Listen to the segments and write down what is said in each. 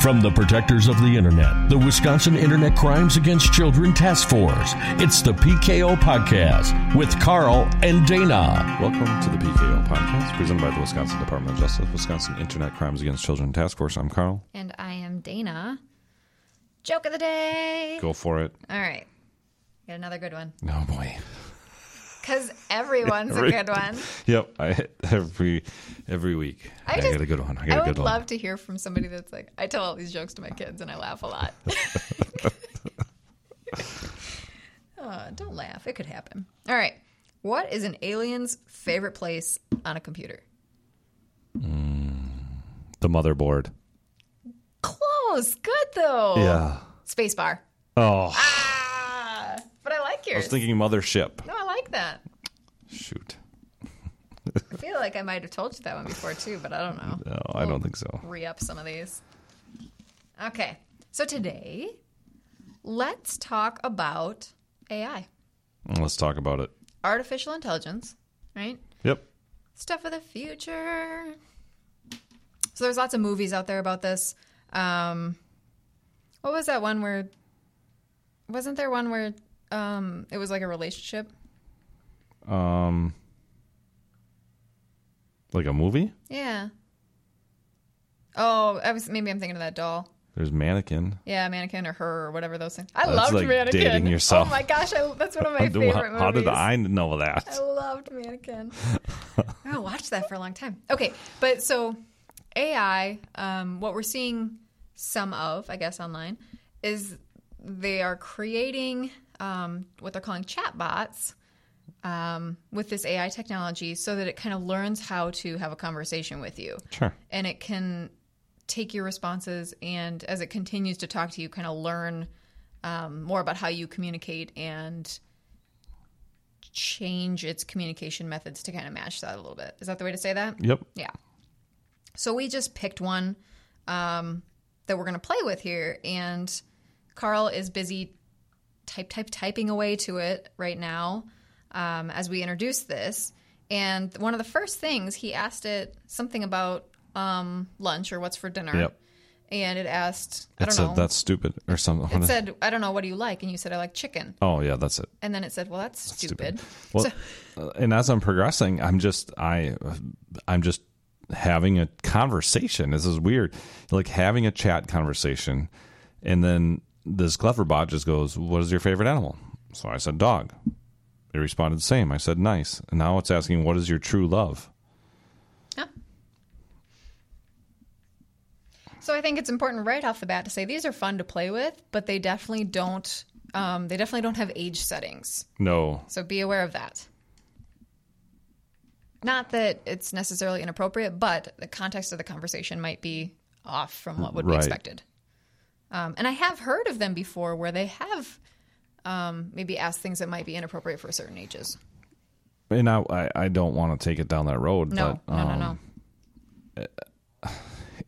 From the protectors of the internet, the Wisconsin Internet Crimes Against Children Task Force, it's the PKO Podcast with Carl and Dana. Welcome to the PKO podcast, presented by the Wisconsin Department of Justice, Wisconsin Internet Crimes Against Children Task Force. I'm Carl. And I am Dana. Joke of the day. Go for it. All right. Got another good one. Oh boy. Because everyone's Every- a good one. Yep. I every every week. I, I just- got a good one. I got I a would good love one. to hear from somebody that's like, I tell all these jokes to my kids and I laugh a lot. oh, don't laugh. It could happen. All right. What is an alien's favorite place on a computer? The motherboard. Close. Good, though. Yeah. Spacebar. Oh. I Ah, but I like yours. was thinking mothership. no, I like that. Shoot. I feel like I might have told you that one before, too, but I don't know. No, I don't think so. re up some of these. Okay. So today, let's talk about AI, Let's talk about it. artificial intelligence, right? Yep. Stuff of the future. So there's lots of movies out there about this. Um, what was that one where? Wasn't there one where um, it was like a relationship? Um like a movie? Yeah. Oh, I was maybe I'm thinking of that doll. There's mannequin. Yeah, mannequin or her or whatever those things. I That's loved like mannequin. dating yourself. Oh my gosh, I, that's one of my How do- favorite how, movies. how did I know that? I loved mannequin. I watched that for a long time. Okay, but so AI, um, what we're seeing some of, I guess, online is they are creating um, what they're calling chatbots um, with this AI technology, so that it kind of learns how to have a conversation with you Sure. and it can take your responses and as it continues to talk to you kind of learn um, more about how you communicate and change its communication methods to kind of match that a little bit is that the way to say that Yep. yeah so we just picked one um, that we're going to play with here and carl is busy type type typing away to it right now um, as we introduce this and one of the first things he asked it something about um, lunch or what's for dinner Yep. and it asked i That's don't know a, that's stupid or something. it said i don't know what do you like and you said i like chicken oh yeah, that's it. and then it said well that's, stupid, Well, uh, and as I'm progressing, I'm just I, I'm just having a conversation. This is weird, like having a chat conversation, and then this clever bot just goes, "What is your favorite animal?" So I said, "Dog." It responded, "Same." I said, "Nice." And now it's asking, "What is your true love?" Yeah. So I think it's important right off the bat to say these are fun to play with, but they definitely don't. Um, they definitely don't have age settings, No, so be aware of that. Not that it's necessarily inappropriate, but the context of the conversation might be off from what would be Right. expected. Um, and I have heard of them before, where they have um, maybe asked things that might be inappropriate for certain ages. and I I, I don't want to take it down that road. No, but, no, no, um, no.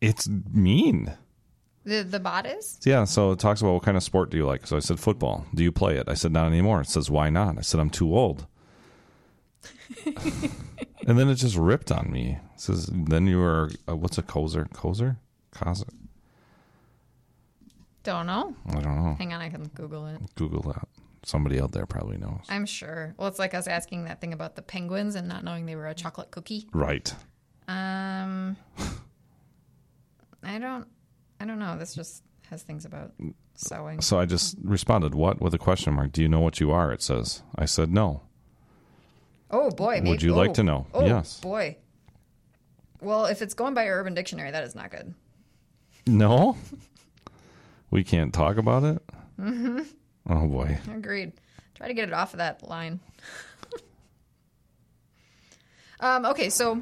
It's mean. The the bot is Yeah, so it talks about what kind of sport do you like. So I said football. Do you play it? I said not anymore. It says why not? I said I'm too old. and then it just ripped on me. It says then you were uh, what's a cozer? Cozer? Cozer? don't know. I don't know. Hang on, I can Google it. Google that. Somebody out there probably knows. I'm sure. Well, it's like us asking that thing about the penguins and not knowing they were a chocolate cookie. Right. Um, I don't, I don't know. This just has things about sewing. So I just responded what with a question mark. Do you know what you are? It says. I said no. Oh boy, maybe- you like oh, to know? Oh, Yes. boy. Well, if it's going by Urban Dictionary, that is not good. No. we can't talk about it. Mm-hmm. Oh boy. Agreed. Try to get it off of that line. um, okay, so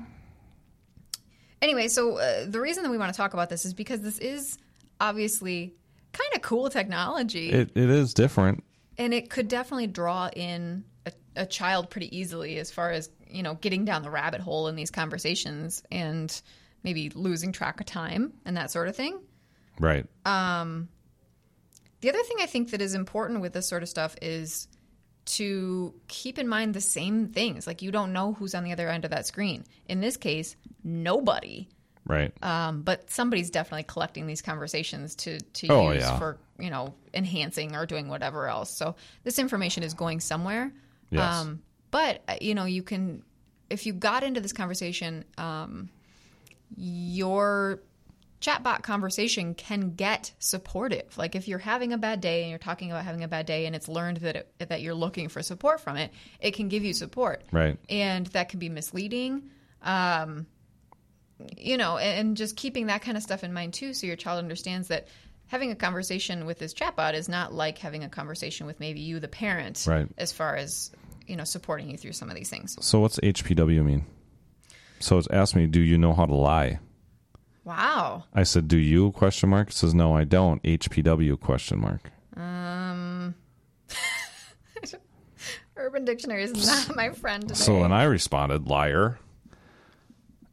anyway, so uh, the reason that we want to talk about this is because this is obviously kind of cool technology, It it is different. and it could definitely draw in a, a child pretty easily as far as you know getting down the rabbit hole in these conversations and maybe losing track of time and that sort of thing. Right. The other thing I think that is important with this sort of stuff is to keep in mind the same things. Like you don't know who's on the other end of that screen. In this case, nobody. right? Um, but somebody's definitely collecting these conversations to to Oh, use yeah. for you know enhancing or doing whatever else. So this information is going somewhere. Yes. but uh, you know you can if you got into this conversation, um, your chatbot conversation can get supportive. Like if you're having a bad day and you're talking about having a bad day, and it's learned that it, that you're looking for support from it, it can give you support Right. and that can be misleading um, you know and, and just keeping that kind of stuff in mind too so your child understands that having a conversation with this chatbot is not like having a conversation with maybe you the parent Right. as far as you know supporting you through some of these things So what's HPW mean? So it's asked me, do you know how to lie? wow I said, do you? Question mark. It says no, I don't. HPW? Question mark. urban dictionary is not my friend today. So then I responded, liar.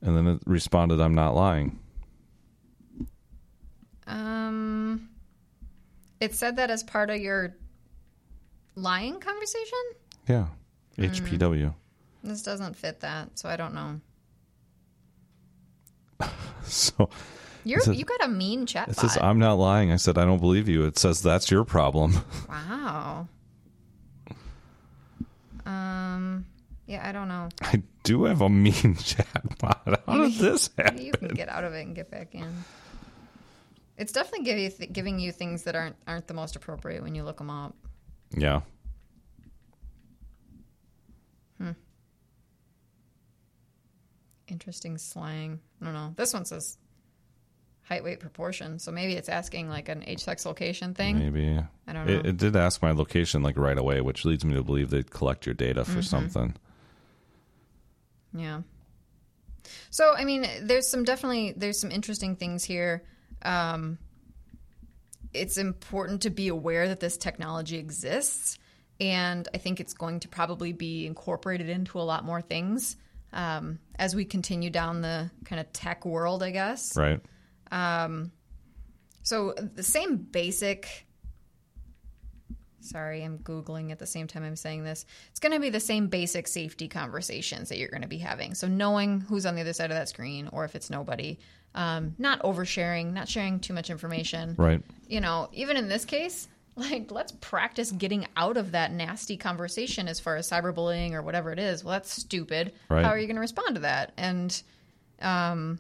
And then it responded, I'm not lying. um it said that as part of your lying conversation Yeah. HPW. this doesn't fit that so i don't know So you're says- you got a mean chatbot it says, I'm not lying. I said, I don't believe you. It says, that's your problem. Wow. Um. Yeah, I don't know. I do have a mean chatbot. How did this happen? Maybe you can get out of it and get back in. It's definitely give you th- giving you things that aren't aren't the most appropriate when you look them up. Yeah. Interesting slang. I don't know. This one says height, weight, proportion. So maybe it's asking like an age, sex, location thing. Maybe. I don't It, know. it did ask my location like right away, which leads me to believe they'd collect your data for something. Yeah. So I mean, there's some definitely there's some interesting things here. Um, it's important to be aware that this technology exists, and I think it's going to probably be incorporated into a lot more things um, as we continue down the kind of tech world, I guess. Right. So the same basic. Sorry, I'm Googling at the same time I'm saying this. It's going to be the same basic safety conversations that you're going to be having. So, knowing who's on the other side of that screen or if it's nobody, um, not oversharing, not sharing too much information. Right. You know, even in this case, like let's practice getting out of that nasty conversation as far as cyberbullying or whatever it is. Well, that's stupid. Right. How are you going to respond to that? And um,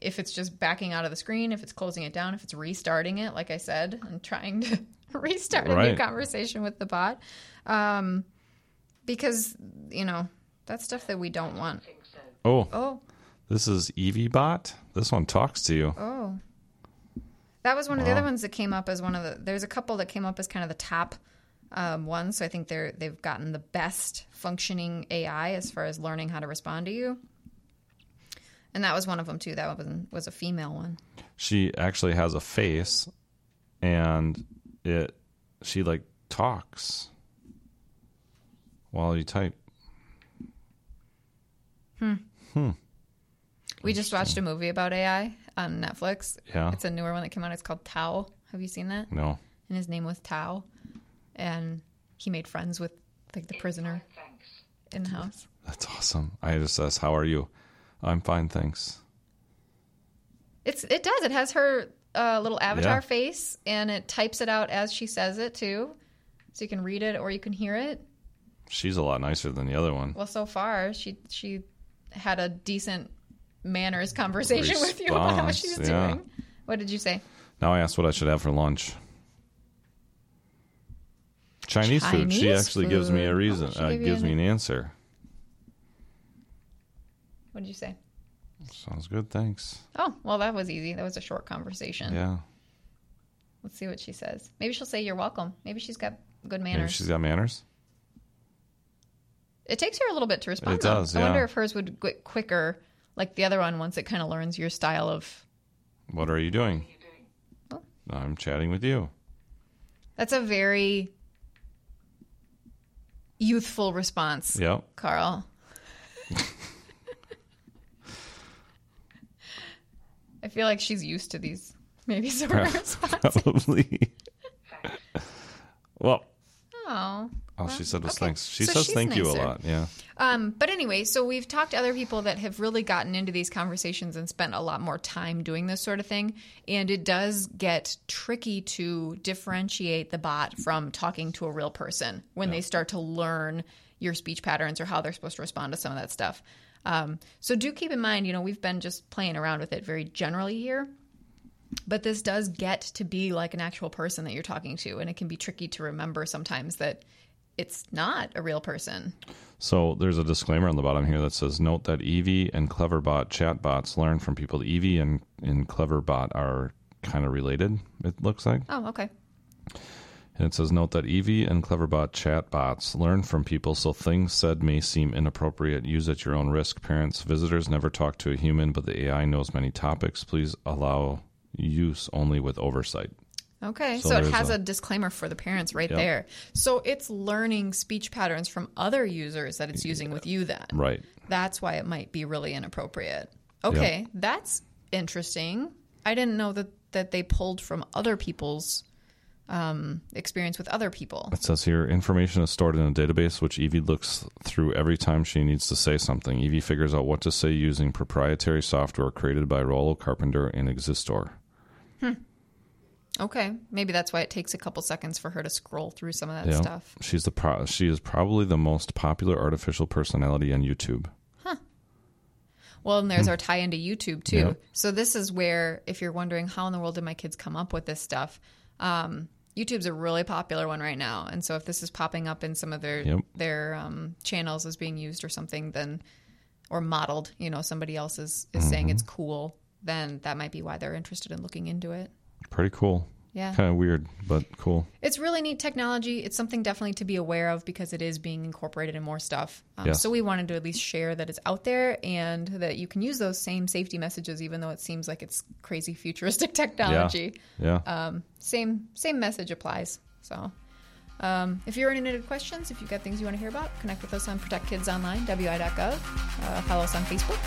if it's just backing out of the screen, if it's closing it down, if it's restarting it, like I said, and trying to restart a new Right. conversation with the bot. Um, because, you know, that's stuff that we don't want. Oh, Oh, this is Evie Bot. This one talks to you. oh. That was one of the other ones that came up as one of the. There's a couple that came up as kind of the top um, ones. So I think they're they've gotten the best functioning AI as far as learning how to respond to you. And that was one of them too. That one was a female one. She actually has a face, and it she like talks while you type. We just watched a movie about AI on Netflix. Yeah. It's a newer one that came out. It's called Tao. Have you seen that? No. And his name was Tao. And he made friends with like the prisoner in the house. That's awesome. I just asked, "How are you?" I'm fine, thanks. It's it does. It has her uh, little avatar Yeah. face and it types it out as she says it too. So you can read it or you can hear it. She's a lot nicer than the other one. Well, so far she she had a decent manners conversation with you about how Response, she's yeah. doing. What did you say? Now I asked what I should have for lunch. Chinese, food. She Chinese actually gives me food. a Oh, reason. she uh, gave you gives an- me an answer. What did you say? Sounds good, thanks. Oh, well, that was easy. That was a short conversation. Yeah. Let's see what she says. Maybe she'll say you're welcome. Maybe she's got good Maybe manners. she's got manners. It takes her a little bit to respond. It though. does, I wonder yeah. if hers would get quicker, like the other one, once it kind of learns your style of. What are you doing? Oh. I'm chatting with you. That's a very youthful response, Yep. Carl. I feel like she's used to these, maybe sort of responses. Probably. well, Oh, All she said was okay. thanks. She So says she's thank you a nicer. lot. Yeah. Um, but anyway, so we've talked to other people that have really gotten into these conversations and spent a lot more time doing this sort of thing. And it does get tricky to differentiate the bot from talking to a real person when they start to learn your speech patterns or how they're supposed to respond to some of that stuff. Um, so do keep in mind, you know, we've been just playing around with it very generally here. But this does get to be like an actual person that you're talking to, and it can be tricky to remember sometimes that it's not a real person. So there's a disclaimer on the bottom here that says note that Eevee and Cleverbot chatbots learn from people. Eevee and, and Cleverbot are kind of related, it looks like. Oh, okay. And it says note that Eevee and Cleverbot chatbots learn from people, so things said may seem inappropriate. Use at your own risk. Parents, visitors never talk to a human, but the AI knows many topics. Please allow use only with oversight. Okay, So so, it there's has a- a, disclaimer for the parents right Yep. there. So it's learning speech patterns from other users that it's using with you then. Right. That's why it might be really inappropriate. Okay, that's interesting. I didn't know that that they pulled from other people's um, experience with other people. It says here information is stored in a database which Evie looks through every time she needs to say something. Evie figures out what to say using proprietary software created by Rollo Carpenter and Existor. Okay, maybe that's why it takes a couple seconds for her to scroll through some of that Yeah. stuff. She's the pro- she is probably the most popular artificial personality on YouTube. Well, and there's our tie into YouTube too. Hmm. Yeah. So this is where, if you're wondering how in the world did my kids come up with this stuff, um, YouTube's a really popular one right now. And so if this is popping up in some of their Yep. their um, channels as being used or something, then or modeled, you know, somebody else is, is Mm-hmm. saying it's cool, then that might be why they're interested in looking into it. Pretty cool. Yeah. Kind of weird, but cool. It's really neat technology. It's something definitely to be aware of because it is being incorporated in more stuff. Um, Yes. So we wanted to at least share that it's out there and that you can use those same safety messages, even though it seems like it's crazy futuristic technology. Yeah. Um, same same message applies. So. Um, if you're any questions, if you've got things you want to hear about, connect with us on Protect Kids Online, WI.gov. Uh, follow us on Facebook.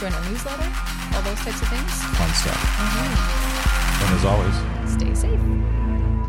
Join our newsletter. All those types of things. Fun stuff. And as always, Mm-hmm. Stay safe.